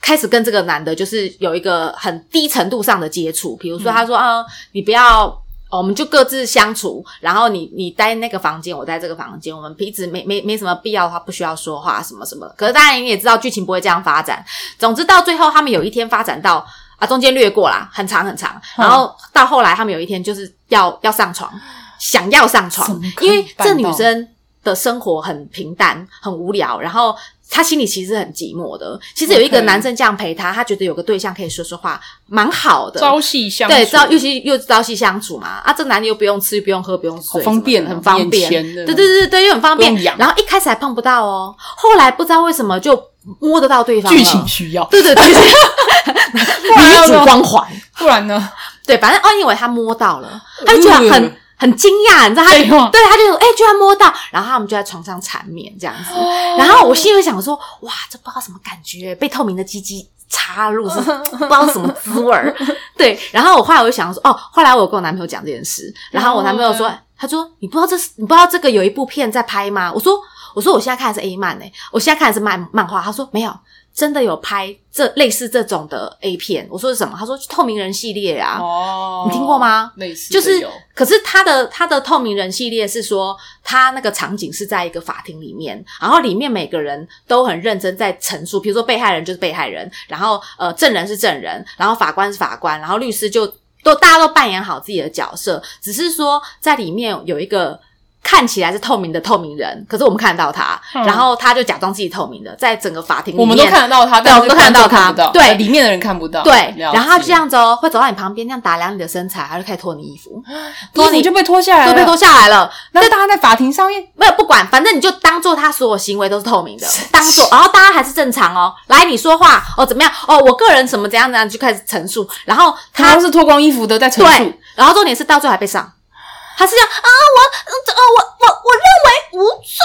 Speaker 2: 开始跟这个男的，就是有一个很低程度上的接触，比如
Speaker 1: 嗯
Speaker 2: 说他说：“啊、你不要哦，我们就各自相处，然后你你待那个房间，我待这个房间，我们彼此没没没什么必要的话，不需要说话什么什么的。可是当然你也知道剧情不会这样发展。总之到最后，他们有一天发展到啊，中间略过啦，很长很长。
Speaker 1: 嗯
Speaker 2: 然后到后来，他们有一天就是要要上床，想要上床
Speaker 1: 怎么，可以
Speaker 2: 因为这
Speaker 1: 办
Speaker 2: 女
Speaker 1: 到
Speaker 2: 生的生活很平淡、很无聊，然后他心里其实很寂寞的。其实有一个
Speaker 1: OK
Speaker 2: 男生这样陪他，他觉得有个对象可以说说话，蛮好的。
Speaker 1: 朝夕相处
Speaker 2: 对，朝尤其又朝夕相处嘛，啊，这男的又不用吃，不用喝，不用睡，
Speaker 1: 好方便
Speaker 2: 什
Speaker 1: 哦，
Speaker 2: 么的很方便
Speaker 1: 眼。前的
Speaker 2: 对对对对，又很方便
Speaker 1: 不用。养
Speaker 2: 然后一开始还碰不到哦，后来不知道为什么就摸得到对方了。
Speaker 1: 剧情需
Speaker 2: [laughs]
Speaker 1: 要，
Speaker 2: 对对对，
Speaker 1: 不然要
Speaker 2: 女
Speaker 1: 怎
Speaker 2: 主
Speaker 1: 么
Speaker 2: 光环。
Speaker 1: 不然呢？
Speaker 2: 对，反正 anyway 他摸到了，他就觉得很、
Speaker 1: 嗯
Speaker 2: 很惊讶，你知道他
Speaker 1: 废话
Speaker 2: 对，他就哎、居然摸到，然后他们就在床上缠绵这样子。
Speaker 1: 哦
Speaker 2: 然后我心里想说，哇，这不知道什么感觉，被透明的鸡鸡插入是不知道什么滋味儿。 [laughs] 对，然后我后来我就想说，哦，后来我有跟我男朋友讲这件事，然后我男朋友说，
Speaker 1: 哦
Speaker 2: 他说你不知道这是你不知道这个有一部片在拍吗？我说我说我现在看的是 A 漫诶、我现在看的是漫漫画。他说没有。真的有拍这类似这种的 A 片，我说是什么？他说透明人系列啊，
Speaker 1: 哦，
Speaker 2: 你听过吗？
Speaker 1: 类似的
Speaker 2: 就是
Speaker 1: 有，
Speaker 2: 可是他的他的透明人系列是说，他那个场景是在一个法庭里面，然后里面每个人都很认真在陈述，比如说被害人就是被害人，然后呃证人是证人，然后法官是法官，然后律师就都大家都扮演好自己的角色，只是说在里面有一个。看起来是透明的透明人，可是我们看得到他，
Speaker 1: 嗯
Speaker 2: 然后他就假装自己透明的，在整个法庭里面，
Speaker 1: 我们都看得到他，
Speaker 2: 对
Speaker 1: 但是
Speaker 2: 我们都看得到他
Speaker 1: 观众看不
Speaker 2: 对
Speaker 1: 里面的人看不到，
Speaker 2: 对，
Speaker 1: 了
Speaker 2: 然后他
Speaker 1: 解
Speaker 2: 就这样子哦，会走到你旁边，这样打量你的身材，他就开始脱你衣服，脱
Speaker 1: 衣服
Speaker 2: 你
Speaker 1: 就被脱下来了，
Speaker 2: 就被脱下来了。
Speaker 1: 那大家在法庭上面，
Speaker 2: 没有不管，反正你就当做他所有行为都是透明的，当做，然后大家还是正常哦。来，你说话哦，怎么样？哦，我个人什么怎样怎样就开始陈述，然后
Speaker 1: 他
Speaker 2: 他
Speaker 1: 是脱光衣服的在陈述
Speaker 2: 对，，然后重点是到最后还被上，他是这样啊，我嗯哦我我我认为无罪，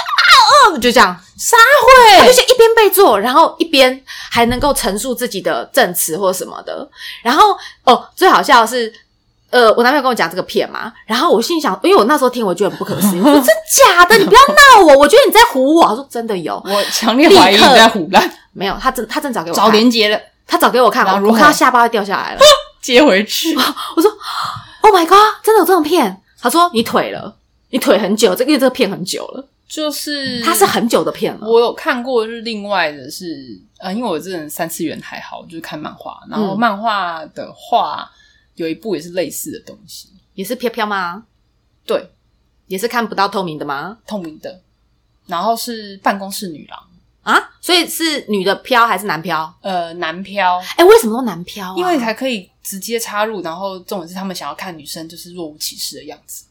Speaker 2: 嗯，就这样，
Speaker 1: 撒
Speaker 2: 他
Speaker 1: 会
Speaker 2: 就，是一边被做，然后一边还能够陈述自己的证词或什么的。然后哦，最好笑的是，呃，我男朋友跟我讲这个片嘛，然后我心里想，因为我那时候听，我觉得很不可
Speaker 1: [laughs]
Speaker 2: 思议，我说真假的，你不要闹我，我觉得你在唬我。他说真的有，
Speaker 1: 我强烈怀疑你在胡乱
Speaker 2: 没有？他真他真找给我看
Speaker 1: 找连
Speaker 2: [laughs]
Speaker 1: 接了，
Speaker 2: 他找给我看，
Speaker 1: 然后
Speaker 2: 我
Speaker 1: 如
Speaker 2: 我
Speaker 1: 何
Speaker 2: 看到下巴要掉下
Speaker 1: [gasps]
Speaker 2: 来了。
Speaker 1: 接回去，
Speaker 2: 我说 Oh my god，真的有这种片？他说你腿了，你腿很久，这因为这个片很久了，
Speaker 1: 就是
Speaker 2: 它是很久的片了。
Speaker 1: 嗯我有看过，就是另外的是，呃，因为我这人三次元还好，就是看漫画，然后
Speaker 2: 嗯
Speaker 1: 漫画的话、有一部也是类似的东西，
Speaker 2: 也是飘飘吗？
Speaker 1: 对，
Speaker 2: 也是看不到透明的吗？
Speaker 1: 透明的，然后是办公室女郎，
Speaker 2: 啊，所以是女的飘还是男飘？
Speaker 1: 呃，男飘，
Speaker 2: 哎、为什么都男飘、啊？
Speaker 1: 因为才可以直接插入，然后重点是他们想要看女生就是若无其事的样子，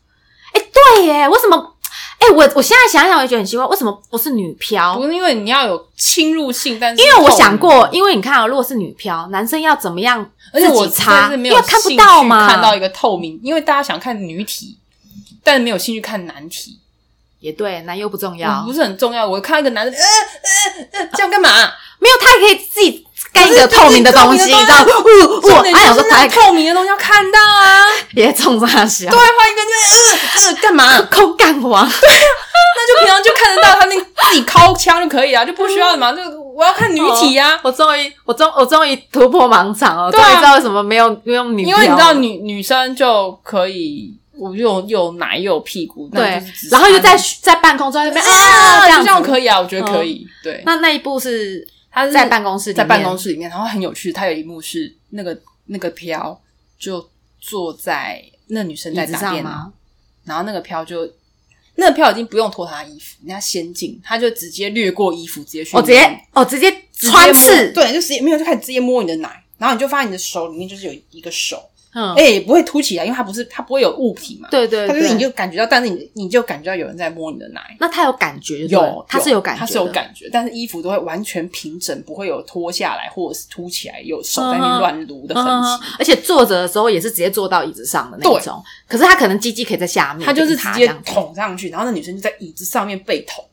Speaker 2: 对耶，为什么？哎、我我现在想想，我也觉得很奇怪，为什么不是女飘
Speaker 1: 不？是因为你要有侵入性，但是
Speaker 2: 因为我想过，
Speaker 1: 为
Speaker 2: 因为你看啊，如果是女飘，男生要怎么样
Speaker 1: 而且我
Speaker 2: 自己擦，
Speaker 1: 真的是没
Speaker 2: 因
Speaker 1: 有
Speaker 2: 为看不
Speaker 1: 兴趣
Speaker 2: 到嘛，
Speaker 1: 看到一个透明，因为大家想看女体，但是没有兴趣看男体。
Speaker 2: 也对，男优不重
Speaker 1: 我
Speaker 2: 要，
Speaker 1: 不是很重要。我看到一个男的，呃呃呃，这样干嘛？
Speaker 2: 没有他也可以自己干一个
Speaker 1: 可是就是
Speaker 2: 透明的东西，你知道？
Speaker 1: 我
Speaker 2: [laughs] 我
Speaker 1: 他
Speaker 2: 他想说他
Speaker 1: 那透明的东西要看到啊，
Speaker 2: 也冲上笑，
Speaker 1: 对，换一个
Speaker 2: [laughs]
Speaker 1: 就是呃呃干嘛？
Speaker 2: 空干王，
Speaker 1: 那就平常就看得到他那自己掏枪就可以啊，就不需要嘛。就我要看女体啊呀，
Speaker 2: [laughs] 我终于，我终我终于突破盲场哦，终
Speaker 1: 对啊
Speaker 2: 于知道为什么没有没有女
Speaker 1: 因
Speaker 2: 飘了，
Speaker 1: 为你知道女女生就可以，我又有奶又有屁股，那
Speaker 2: 对
Speaker 1: 就是只，
Speaker 2: 然后又在
Speaker 1: 穿
Speaker 2: 在半空中在那边啊
Speaker 1: 啊，
Speaker 2: 这
Speaker 1: 这
Speaker 2: 样
Speaker 1: 样
Speaker 2: 子嗯
Speaker 1: 可以啊，我觉得可以。对，
Speaker 2: 那那一部是
Speaker 1: 他是
Speaker 2: 在办公室里面，
Speaker 1: 在办公室里面，然后很有趣，他有一幕是那个那个飘就坐在那女生在
Speaker 2: 椅子
Speaker 1: 打
Speaker 2: 上
Speaker 1: 电脑，
Speaker 2: 吗？
Speaker 1: 然后那个飘就那个飘已经不用脱她的衣服，人家先进，他就直接掠过衣服，直接去
Speaker 2: 哦，直接哦，直接
Speaker 1: 直接
Speaker 2: 穿
Speaker 1: 摸
Speaker 2: 刺，
Speaker 1: 对，就直接没有就开始直接摸你的奶，然后你就发现你的手里面就是有一个手，
Speaker 2: 嗯
Speaker 1: 哎、，也不会凸起来，因为它不是它不会有物体嘛，
Speaker 2: 对对
Speaker 1: 它就是你
Speaker 2: 对。
Speaker 1: 就感觉到，但是你你就感觉到有人在摸你的奶。
Speaker 2: 那他有感觉就对了，
Speaker 1: 有，
Speaker 2: 他是有感觉，
Speaker 1: 它是有，感觉，但是衣服都会完全平整，不会有脱下来或者是凸起来，有手在那边乱撸的痕
Speaker 2: 嗯
Speaker 1: 迹。，
Speaker 2: 而且坐着的时候也是直接坐到椅子上的那
Speaker 1: 对
Speaker 2: 种。可是他可能鸡鸡可以在下面，
Speaker 1: 他就是
Speaker 2: 顶
Speaker 1: 直
Speaker 2: 它
Speaker 1: 接
Speaker 2: 这样子
Speaker 1: 捅上去，然后那女生就在椅子上面被捅，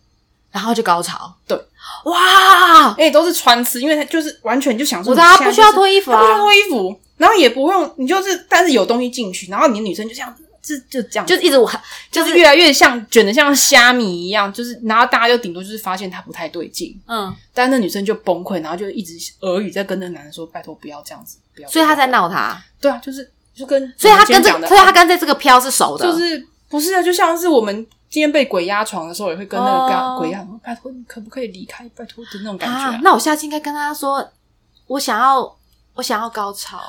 Speaker 2: 然后就高潮。
Speaker 1: 对，
Speaker 2: 哇，
Speaker 1: 而且都是穿刺，因为他就是完全就想说
Speaker 2: 我
Speaker 1: 你
Speaker 2: 知
Speaker 1: 现
Speaker 2: 道
Speaker 1: 在就是，
Speaker 2: 他不需要脱衣服
Speaker 1: 他不需要
Speaker 2: 啊，
Speaker 1: 脱衣服，然后也不用你就是，但是有东西进去，然后你的女生就这样，就就这样，
Speaker 2: 就一直我
Speaker 1: 就是越来越像卷的像虾米一样，就是然后大家就顶多就是发现她不太对劲，
Speaker 2: 嗯，
Speaker 1: 但那女生就崩溃，然后就一直耳语在跟那个男人说：“拜托不要这样子，不要。”
Speaker 2: 所以他在闹他，
Speaker 1: 对啊，就是就跟
Speaker 2: 所以他
Speaker 1: 我们今
Speaker 2: 跟
Speaker 1: 天讲
Speaker 2: 这，
Speaker 1: 的哦
Speaker 2: 所以他跟这这个飘是熟的，
Speaker 1: 就是不是啊，就像是我们今天被鬼压床的时候，也会跟那个
Speaker 2: 哦
Speaker 1: 鬼鬼压床，拜托你可不可以离开，拜托的那种感觉、
Speaker 2: 啊。那我下次应该跟他说，我想要，我想要高潮。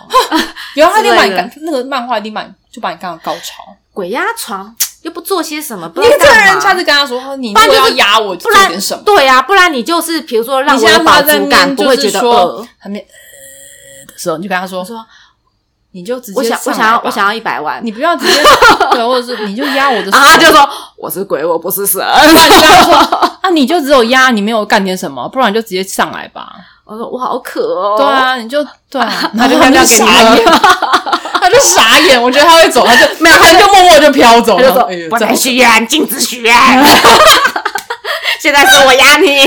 Speaker 1: 然后他就把你
Speaker 2: 之类的
Speaker 1: 赶那个漫画一定把你就把你赶到高潮，
Speaker 2: 鬼压床，又不做些什么，不
Speaker 1: 你
Speaker 2: 知道
Speaker 1: 这个
Speaker 2: 干
Speaker 1: 人
Speaker 2: 嘛
Speaker 1: 下次跟他说，哦你
Speaker 2: 不
Speaker 1: 如
Speaker 2: 然
Speaker 1: 果
Speaker 2: 就
Speaker 1: 要
Speaker 2: 是
Speaker 1: 压我，
Speaker 2: 不
Speaker 1: 做
Speaker 2: 然
Speaker 1: 点什么？
Speaker 2: 对啊呀、不然你就是比如说让
Speaker 1: 你
Speaker 2: 我
Speaker 1: 现在
Speaker 2: 有饱
Speaker 1: 他在
Speaker 2: 足
Speaker 1: 那
Speaker 2: 感，
Speaker 1: 边
Speaker 2: 不
Speaker 1: 就
Speaker 2: 会觉
Speaker 1: 是
Speaker 2: 得
Speaker 1: 说
Speaker 2: 饿。
Speaker 1: 他们呃的时候，你就跟他说
Speaker 2: 我，说
Speaker 1: 你就直接
Speaker 2: 我想我
Speaker 1: 上
Speaker 2: 想
Speaker 1: 来
Speaker 2: 要
Speaker 1: 吧
Speaker 2: 我想要一百万，
Speaker 1: 你不要直接对，或者是你就压我的手
Speaker 2: 然后啊他就 [laughs] 说我是鬼，我不是神。
Speaker 1: 啊，你就只有压，你没有干点什么，不然你就直接上来吧。
Speaker 2: 我说我好渴哦。
Speaker 1: 对，啊，你就对啊，
Speaker 2: 他就
Speaker 1: 然后他
Speaker 2: 他就
Speaker 1: 傻
Speaker 2: 停了
Speaker 1: 眼，他就傻眼，我觉得他会走，他就
Speaker 2: [laughs] 没有
Speaker 1: 他就默默就飘走
Speaker 2: 他
Speaker 1: 了，
Speaker 2: 就说
Speaker 1: 哎呦
Speaker 2: 不
Speaker 1: 这
Speaker 2: 能
Speaker 1: 样
Speaker 2: 许愿，禁止许愿。 [laughs] 现在是我压你。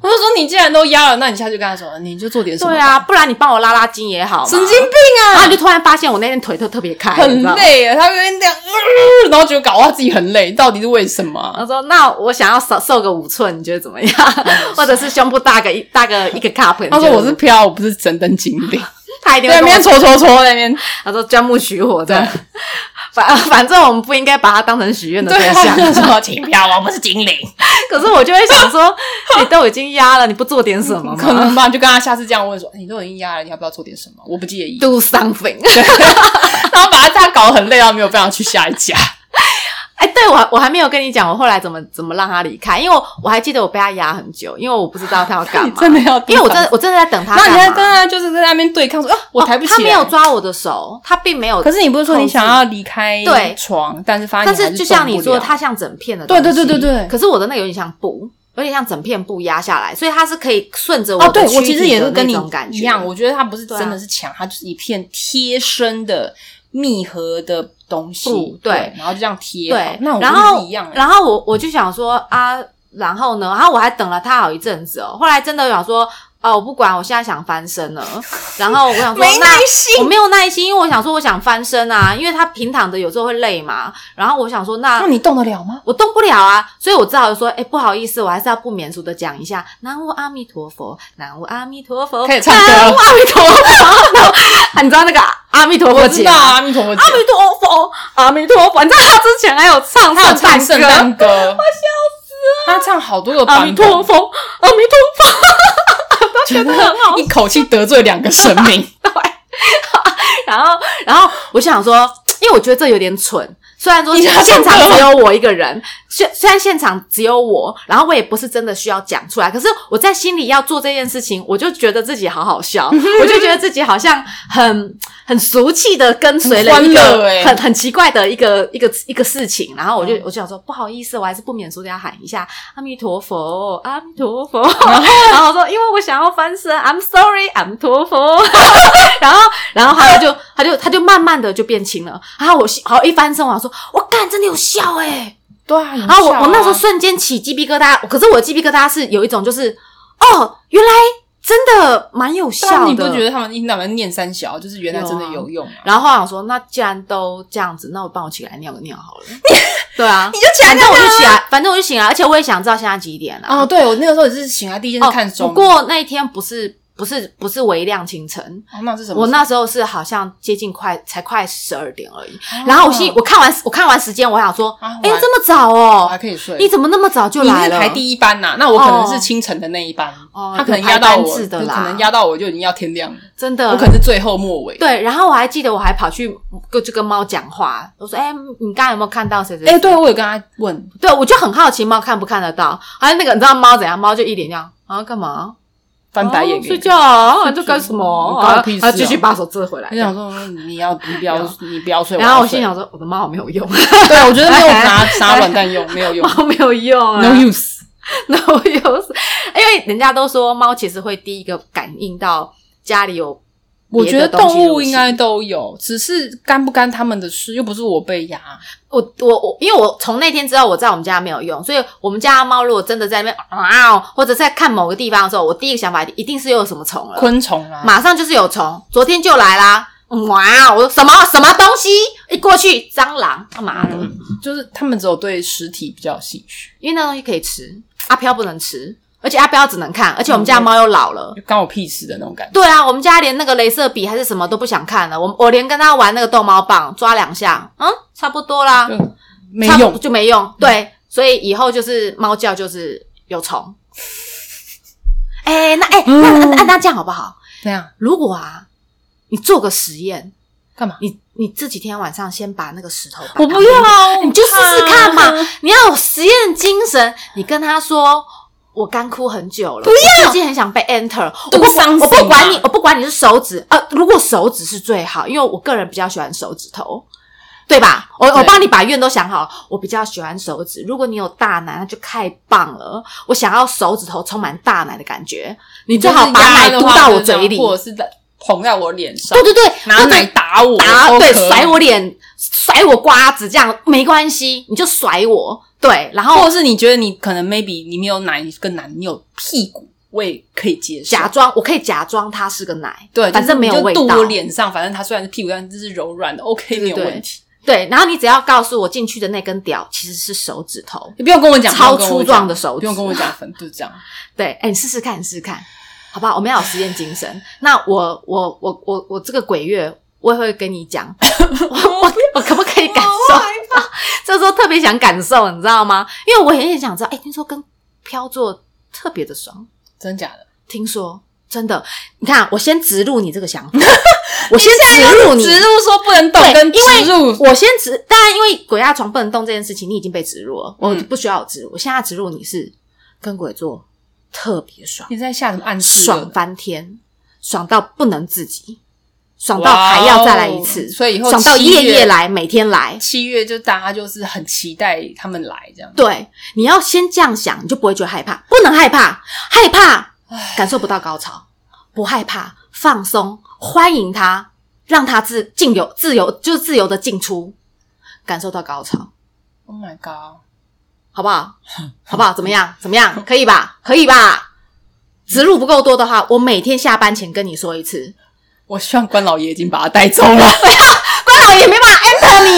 Speaker 1: 我就说你既然都压了，那你下去跟他说，你就做点什么。
Speaker 2: 对，啊，不然你帮我拉拉筋也好嘛。
Speaker 1: 神经病
Speaker 2: 然
Speaker 1: 啊
Speaker 2: 后，你就突然发现我那天腿特特别开，哎你
Speaker 1: 很
Speaker 2: 知道吗。
Speaker 1: 累啊，他有点这样，呃然后就搞到自己很累，到底是为什么啊？
Speaker 2: 他说：“那我想要瘦瘦个五寸，你觉得怎么样？ [laughs] 或者是胸部大个一大个一个 cup？” 你
Speaker 1: 他说
Speaker 2: 觉得
Speaker 1: 我是飘，我不是神灯精
Speaker 2: [laughs]
Speaker 1: 灵，
Speaker 2: 他一定
Speaker 1: 在
Speaker 2: 会
Speaker 1: 那
Speaker 2: 跟
Speaker 1: 边
Speaker 2: 我
Speaker 1: 戳戳戳，在那
Speaker 2: [laughs]
Speaker 1: 边
Speaker 2: 他说钻木取火的
Speaker 1: 对，
Speaker 2: [laughs] 反反正我们不应该把它当成许愿的对
Speaker 1: 对，啊 [laughs]
Speaker 2: 象。
Speaker 1: 他就说请飘，我不是精灵，
Speaker 2: [laughs] 可是我就会想说，你都已经压了，你不做点什么
Speaker 1: [laughs] 可
Speaker 2: 吗
Speaker 1: 能吧？就跟他下次这样问说，你都已经压了，你要不要做点什么？我不介意。
Speaker 2: ？Do something！
Speaker 1: [laughs] 然后把他他搞得很累，然后没有办法去下一家。
Speaker 2: [laughs] 哎，对我还我还没有跟你讲，我后来怎么怎么让他离开，因为我我还记得我被他压很久，因为我不知道他要
Speaker 1: [laughs]
Speaker 2: 干
Speaker 1: 你
Speaker 2: 嘛，
Speaker 1: 真的要，
Speaker 2: 因为我真的，我真的在等
Speaker 1: [laughs]
Speaker 2: 他
Speaker 1: 那
Speaker 2: 干
Speaker 1: 你
Speaker 2: 嘛。
Speaker 1: 在跟他就是在那边对抗说，啊，我
Speaker 2: 哦
Speaker 1: 抬不起来。
Speaker 2: 他没有抓我的手，他并没有。
Speaker 1: 可是你不是说你想要离开
Speaker 2: 对
Speaker 1: 床，但是发现
Speaker 2: 但
Speaker 1: 你还
Speaker 2: 是
Speaker 1: 是
Speaker 2: 就像你
Speaker 1: 动不
Speaker 2: 说，
Speaker 1: 了
Speaker 2: 它像整片的东
Speaker 1: 对
Speaker 2: 西，
Speaker 1: 对对对对
Speaker 2: 可是我的那个有点像布，有点像整片布压下来，所以它是可以顺着我
Speaker 1: 哦，
Speaker 2: 的
Speaker 1: 对
Speaker 2: 躯
Speaker 1: 我其实
Speaker 2: 体
Speaker 1: 也
Speaker 2: 的
Speaker 1: 是跟
Speaker 2: 那
Speaker 1: 你
Speaker 2: 种感觉
Speaker 1: 一样，我觉得它不是
Speaker 2: 对啊
Speaker 1: 真的是墙，它就是一片贴身的密合的东西
Speaker 2: 布，
Speaker 1: 对
Speaker 2: 对，
Speaker 1: 然后就这样贴好，
Speaker 2: 对，
Speaker 1: 那我
Speaker 2: 然
Speaker 1: 觉得
Speaker 2: 后
Speaker 1: 是一样欸的。
Speaker 2: 然后我我就想说啊，然后呢，然后我还等了他好一阵子哦，后来真的想说。哦，我不管，我现在想翻身
Speaker 1: [laughs]
Speaker 2: 了。然后我想说，
Speaker 1: 没
Speaker 2: 那
Speaker 1: 耐心
Speaker 2: 我没有耐心，因为我想说，我想翻身啊，因为他平躺着有时候会累嘛。然后我想说，那
Speaker 1: 那你动得了吗？
Speaker 2: 我动不了啊，所以我只好说，哎、不好意思，我还是要不免俗的讲一下，南无阿弥陀佛，南无阿弥陀佛，
Speaker 1: 开始唱歌了
Speaker 2: 南无阿弥陀佛，然
Speaker 1: [laughs]
Speaker 2: 后啊你知道那个阿弥陀佛
Speaker 1: 我知
Speaker 2: 节吗
Speaker 1: 道啊，阿弥陀佛节
Speaker 2: 阿，弥陀佛，阿弥陀佛，你知道他之前还有唱
Speaker 1: 他有
Speaker 2: 圣诞
Speaker 1: 唱
Speaker 2: 歌
Speaker 1: 圣诞歌，我笑死了。他啊唱好多个
Speaker 2: 阿
Speaker 1: 版
Speaker 2: 弥
Speaker 1: 本，
Speaker 2: 陀佛，阿弥陀佛，
Speaker 1: 觉得
Speaker 2: 很好
Speaker 1: 一口气得罪两个神明，
Speaker 2: 然后然后我想说，嗯因为我觉得这有点蠢。虽然说
Speaker 1: 你要
Speaker 2: 现
Speaker 1: 唱歌
Speaker 2: 场
Speaker 1: 吗
Speaker 2: 只有我一个人，虽虽然现场只有我，然后我也不是真的需要讲出来，可是我在心里要做这件事情，我就觉得自己好
Speaker 1: [laughs]
Speaker 2: 好笑，我就觉得自己好像很很俗气的跟随了
Speaker 1: 很
Speaker 2: 一
Speaker 1: 欢乐
Speaker 2: 个
Speaker 1: 欸
Speaker 2: 很很奇怪的一个一个一个事情，然后我就
Speaker 1: 嗯
Speaker 2: 我就想说不好意思，我还是不免俗的要喊一下阿弥陀佛，阿弥陀佛，
Speaker 1: 嗯
Speaker 2: 然后我说因为我想要翻身，I'm sorry，阿弥陀佛。 [laughs] 然后，然后他就他就他就慢慢的就变轻了。然后我心好一翻身，我想说，我干，真的有效哎、
Speaker 1: [laughs] 对啊。然
Speaker 2: 然后我我那时候瞬间起鸡皮疙瘩，可是我鸡皮疙瘩是有一种就是，哦，原来真的蛮有效
Speaker 1: 但
Speaker 2: 的。
Speaker 1: 你不觉得他们应当们念三小，就是原来真的
Speaker 2: 有啊
Speaker 1: 有用啊？
Speaker 2: 然后后来我想说，那既然都这样子，那我帮我起来尿个尿好了。 [laughs] 对啊，
Speaker 1: 你就起来
Speaker 2: 反正我就起来，反正我就醒来，而且我也想知道现在几点了、啊
Speaker 1: 哦，对我那个时候也是醒来第一件事
Speaker 2: 哦，
Speaker 1: 看钟，
Speaker 2: 不过那一天不是不是不是微亮清晨，
Speaker 1: 哦那是什么？
Speaker 2: 我那时候是好像接近快才快十二点而已，然后我心里我看完我看完时间，我想说，
Speaker 1: 哦啊
Speaker 2: 哎、
Speaker 1: 我还
Speaker 2: 这么早
Speaker 1: 我
Speaker 2: 哦
Speaker 1: 还，可以睡，
Speaker 2: 你怎么那么早就
Speaker 1: 你
Speaker 2: 来
Speaker 1: 是
Speaker 2: 了？
Speaker 1: 排第一班呐、那我可能是清晨的那一班，
Speaker 2: 哦
Speaker 1: 他可能压到
Speaker 2: 有排班
Speaker 1: 我，
Speaker 2: 制的
Speaker 1: 就
Speaker 2: 啦
Speaker 1: 可能压到我就已经要天亮了，
Speaker 2: 真的，
Speaker 1: 我可能是最后末尾。
Speaker 2: 对。然后我还记得我还跑去跟就跟猫讲话，我说，哎、你刚刚有没有看到谁谁？
Speaker 1: 哎、
Speaker 2: 谁
Speaker 1: 对我有跟他问，
Speaker 2: 对，我就很好奇猫看不看得到。还有那个你知道猫怎样？猫就一脸这样啊，干嘛？
Speaker 1: 翻白眼
Speaker 2: 哦
Speaker 1: 给
Speaker 2: 睡
Speaker 1: 你。
Speaker 2: 觉啊？你在干什么？
Speaker 1: [laughs] 你关我
Speaker 2: 啊
Speaker 1: 屁事啊
Speaker 2: 它继续把手遮回来
Speaker 1: 我。想说，你要你不要你不要睡，
Speaker 2: 然后
Speaker 1: 要
Speaker 2: 我心
Speaker 1: 睡
Speaker 2: 想说，我的猫好没有用，
Speaker 1: 对我觉得 [laughs] 没有
Speaker 2: [laughs]
Speaker 1: 拿拿软蛋用，没有用
Speaker 2: 猫没有用啊
Speaker 1: ，no
Speaker 2: [laughs]
Speaker 1: use。
Speaker 2: 然后又是，因为人家都说猫其实会第一个感应到家里有
Speaker 1: 我
Speaker 2: 别
Speaker 1: 觉得
Speaker 2: 的东西入侵，
Speaker 1: 动物应该都有，只是干不干他们的事，又不是我被压。
Speaker 2: 我我我，因为我从那天知道我在我们家没有用，所以我们家的猫如果真的在那边啊、或者在看某个地方的时候，我第一个想法一定是又有什么虫了，
Speaker 1: 昆虫啊，
Speaker 2: 马上就是有虫，昨天就来啦。哇！我说什么什么东西一过去，蟑螂干嘛的？
Speaker 1: 嗯就是他们只有对实体比较有兴趣，
Speaker 2: 因为那东西可以吃，阿飘不能吃，而且阿飘只能看，而且我们家的猫又老了，
Speaker 1: 就关我屁事的那种感觉。
Speaker 2: 对啊，我们家连那个镭射笔还是什么都不想看了。我我连跟他玩那个逗猫棒，抓两下，嗯，差不多啦，
Speaker 1: 就没
Speaker 2: 差不
Speaker 1: 用，
Speaker 2: 就没用。对，所以以后就是猫叫就是有虫。 [laughs] 哎、那哎、那那那那这样好不好？
Speaker 1: 这样
Speaker 2: 如果啊，你做个实验，
Speaker 1: 干嘛？
Speaker 2: 你你这几天晚上先把那个石头，
Speaker 1: 我不要，啊，
Speaker 2: 你就试试看嘛
Speaker 1: 我不怕。
Speaker 2: [laughs] 你要有实验精神，你跟他说。我干枯很久了，不
Speaker 1: 要
Speaker 2: 最近很想被 enter，我
Speaker 1: 都
Speaker 2: 不管，
Speaker 1: 伤心
Speaker 2: 我
Speaker 1: 啊
Speaker 2: 不
Speaker 1: 嘛
Speaker 2: 管你，我不管你是手指，呃，如果手指是最好，因为我个人比较喜欢手指头，对吧？我我
Speaker 1: 对
Speaker 2: 帮你把愿都想好了，我比较喜欢手指。如果你有大奶，那就太棒了。我想要手指头充满大奶的感觉，你最好把奶嘟到我嘴里，
Speaker 1: 或者是在捧在我脸上
Speaker 2: 对，对对，
Speaker 1: 拿
Speaker 2: 或者
Speaker 1: 奶打我，
Speaker 2: 打
Speaker 1: 都
Speaker 2: 对，
Speaker 1: 可以
Speaker 2: 甩我，脸，甩我瓜子，这样没关系，你就甩我。对，然
Speaker 1: 或
Speaker 2: 后
Speaker 1: 者是你觉得你可能 maybe 你没有奶，你更难，你有屁股，我也可以接受。
Speaker 2: 假装我可以假装它是个奶，
Speaker 1: 对，
Speaker 2: 反正没有
Speaker 1: 就是
Speaker 2: 味
Speaker 1: 你就
Speaker 2: 道
Speaker 1: 肚我脸上，反正它虽然是屁股，但是是柔软的，OK，没有
Speaker 2: 对
Speaker 1: 问题。
Speaker 2: 对，然后你只要告诉我进去的那根屌其实是手指头，
Speaker 1: 你不用跟我讲
Speaker 2: 超
Speaker 1: 不用跟我
Speaker 2: 粗
Speaker 1: 讲
Speaker 2: 壮的手指
Speaker 1: 不用跟我讲分，就是这样。
Speaker 2: 对，哎，你试试看，你试试看，好不好？我们要有实验精神。那我我我我我这个鬼月，我也会跟你
Speaker 1: [laughs]
Speaker 2: 讲，我我我可不可 [laughs] 以感受？这时候特别想感受，你知道吗？因为我也很想知道，哎，听说跟飘座特别的爽，
Speaker 1: 真假的？
Speaker 2: 听说真的，你看，我先植入你这个想
Speaker 1: [laughs]
Speaker 2: 法，我先植入你，
Speaker 1: 植入说不能动
Speaker 2: 对，
Speaker 1: 跟植
Speaker 2: 因为
Speaker 1: 入
Speaker 2: 我先植，当然因为鬼压床不能动这件事情，你已经被植入了，我
Speaker 1: 嗯
Speaker 2: 不需要植入，我现在植入你是跟鬼做特别爽，
Speaker 1: 你在下什么暗示？
Speaker 2: 爽翻天，爽到不能自己，爽到还要再来一
Speaker 1: 哇
Speaker 2: 次，
Speaker 1: 哦所以以后
Speaker 2: 爽到
Speaker 1: 七
Speaker 2: 夜
Speaker 1: 月
Speaker 2: 夜来，每天来。
Speaker 1: 七月就大家就是很期待他们来这样。
Speaker 2: 对，你要先这样想，你就不会觉得害怕，不能害怕，害怕
Speaker 1: 唉
Speaker 2: 感受不到高潮，不害怕，放松，欢迎它，让它自进由自由，就是自由的进出，感受到高潮，
Speaker 1: ，Oh my god！
Speaker 2: 好不好？好不好？怎么样？怎么样？可以吧？可以吧？植入不够多的话，我每天下班前跟你说一次，
Speaker 1: 我希望关老爷已经把他带走了。
Speaker 2: 关老爷没办法 enter 你啊